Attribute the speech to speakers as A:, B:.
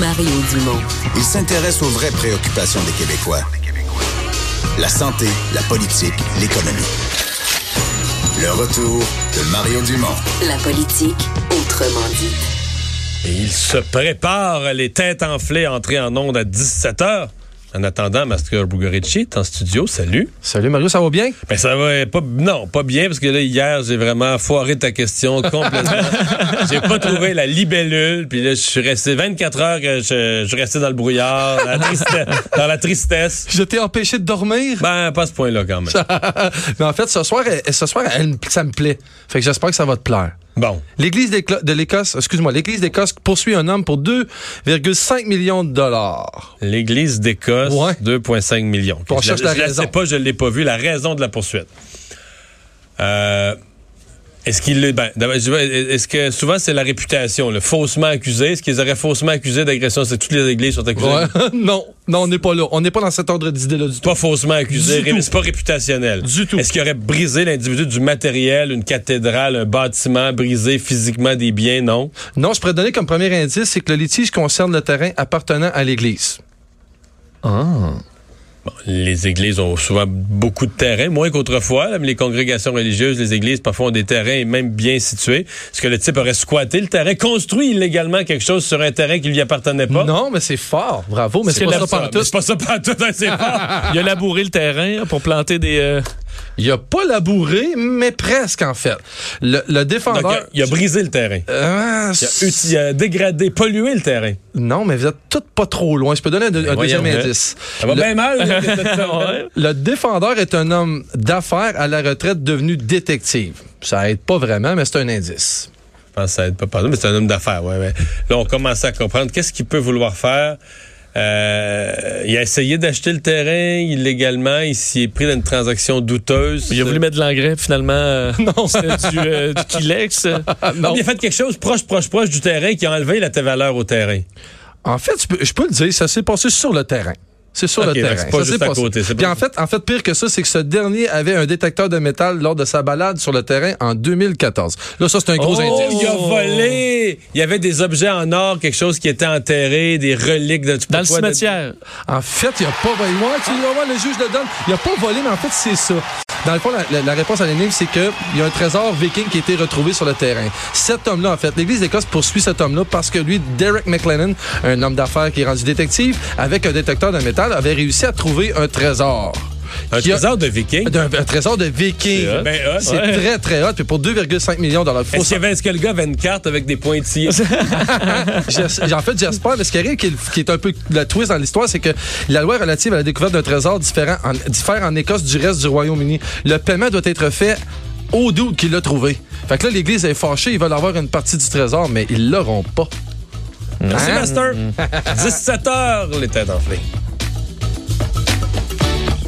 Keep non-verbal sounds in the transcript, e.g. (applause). A: Mario Dumont.
B: Il s'intéresse aux vraies préoccupations des Québécois. La santé, la politique, l'économie. Le retour de Mario Dumont.
A: La politique autrement dite.
C: Et il se prépare, les têtes enflées, entrée en onde à 17h. En attendant, Master Bugarici est en studio. Salut.
D: Salut Mario, ça va bien?
C: Ben ça va pas non, pas bien parce que là hier, j'ai vraiment foiré ta question complètement. j'ai pas trouvé la libellule, puis là je suis resté 24 heures que je, je suis resté dans le brouillard, dans la, triste- dans la tristesse.
D: Je t'ai empêché de dormir.
C: Ben pas à ce point-là quand même. Ben.
D: Mais en fait, ce soir, elle- ce soir elle me- ça me plaît. Fait que j'espère que ça va te plaire.
C: Bon,
D: L'Église d'Écla- de l'Écosse, excuse-moi, l'Église d'Écosse poursuit un homme pour 2,5 millions de dollars.
C: l'église d'Écosse
D: Ouais.
C: 2.5 millions.
D: On
C: je
D: cherche
C: la,
D: la
C: je la
D: raison.
C: sais pas, je l'ai pas vu la raison de la poursuite. Euh, est-ce qu'il est, ben, d'abord, je vais- est-ce que souvent c'est la réputation, le faussement accusé, est-ce qu'ils auraient faussement accusé d'agression, c'est toutes les églises sont accusées.
D: Ouais. (laughs) non, non, on n'est pas là. On n'est pas dans cet ordre d'idée-là du tout.
C: C'est pas faussement accusé,
D: Du
C: ré-
D: tout.
C: c'est pas réputationnel.
D: Du tout.
C: Est-ce qu'il aurait brisé l'individu du matériel, une cathédrale, un bâtiment, brisé physiquement des biens? Non.
D: Non, je pourrais donner comme premier indice, c'est que le litige concerne le terrain appartenant à l'Église.
C: Bon, les églises ont souvent beaucoup de terrain, moins qu'autrefois, là, mais les congrégations religieuses, les églises parfois ont des terrains et même bien situés. Est-ce que le type aurait squatté le terrain, construit illégalement quelque chose sur un terrain qui lui appartenait pas?
D: Non, mais c'est fort. Bravo, mais c'est
C: que
D: pas
C: la-
D: ça
C: mais
D: partout.
C: Ah. C'est pas ça pantoute, hein, c'est pas.
E: (laughs) Il a labouré le terrain pour planter des. euh,
D: Il a pas labouré, mais presque, en fait. Le, le
C: Donc,
D: défendeur...
C: il a- il a brisé le terrain.
D: Euh,
C: Il a, uti- il a dégradé, pollué le terrain.
D: Non, mais vous êtes toutes pas trop loin. Je peux donner un, un
C: voyons,
D: deuxième
C: hein.
D: indice.
C: Ça va
D: Le-
C: bien mal.
E: (laughs)
C: là, cette semaine.
D: Le défendeur est un homme d'affaires à la retraite devenu détective. Ça aide pas vraiment, mais c'est un indice.
C: Je pense que ça aide pas pardon, mais c'est un homme d'affaires. Ouais, ouais. Là, on commence à comprendre qu'est-ce qu'il peut vouloir faire. Euh, il a essayé d'acheter le terrain illégalement. Il s'y est pris dans une transaction douteuse.
E: il a voulu mettre de l'engrais, puis finalement. euh, C'était du, euh, du
C: (laughs)
E: Kilex.
C: Ah, Non, mais Il a fait quelque chose proche, proche, proche du terrain qui a enlevé la valeur au terrain.
D: En fait, je peux, je peux le dire, ça s'est passé sur le terrain. C'est sur
C: Ok, donc
D: le terrain.
C: c'est pas
D: Ça
C: juste
D: s'est
C: à
D: passé.
C: côté, c'est
D: Puis
C: pas-
D: en fait, en fait, pire que ça, c'est que ce dernier avait un détecteur de métal lors de sa balade sur le terrain en 2014. Là, ça, c'est un gros
C: Oh,
D: indice.
C: il a volé! Il y avait des objets en or, quelque chose qui était enterré, des reliques de...
E: Dans le cimetière.
D: En fait, il a pas volé. Moi, tu le vois, le juge le donne. Il a pas volé, mais en fait, c'est ça. Dans le fond, la, la- la réponse à l'énigme, c'est qu'il y a un trésor viking qui a été retrouvé sur le terrain. Cet homme-là, en fait, l'Église d'Écosse poursuit cet homme-là parce que lui, Derek McLennan, un homme d'affaires qui est rendu détective, avec un détecteur de métal, avait réussi à trouver un trésor.
C: Un
D: Qui a-
C: trésor de viking.
D: d'un un trésor de viking.
C: C'est hot. Ben hot,
D: C'est
C: ouais.
D: très, très hot. Puis pour 2,5 millions de dollars. Faut
C: Est-ce qu'il y avait- est-ce que le gars avait une carte avec des (laughs) pointillés?
D: J'es- En fait, j'espère, mais ce qui arrive, qui est, qui est un peu la twist dans l'histoire, c'est que la loi relative à la découverte d'un trésor différent en, diffère en Écosse du reste du Royaume-Uni. Le paiement doit être fait au doute qui l'a trouvé. Fait que là, l'Église est fâchée, ils veulent avoir une partie du trésor, mais ils l'auront pas. Hein?
C: Hein? Merci, Master. 17 heures, les têtes enflées.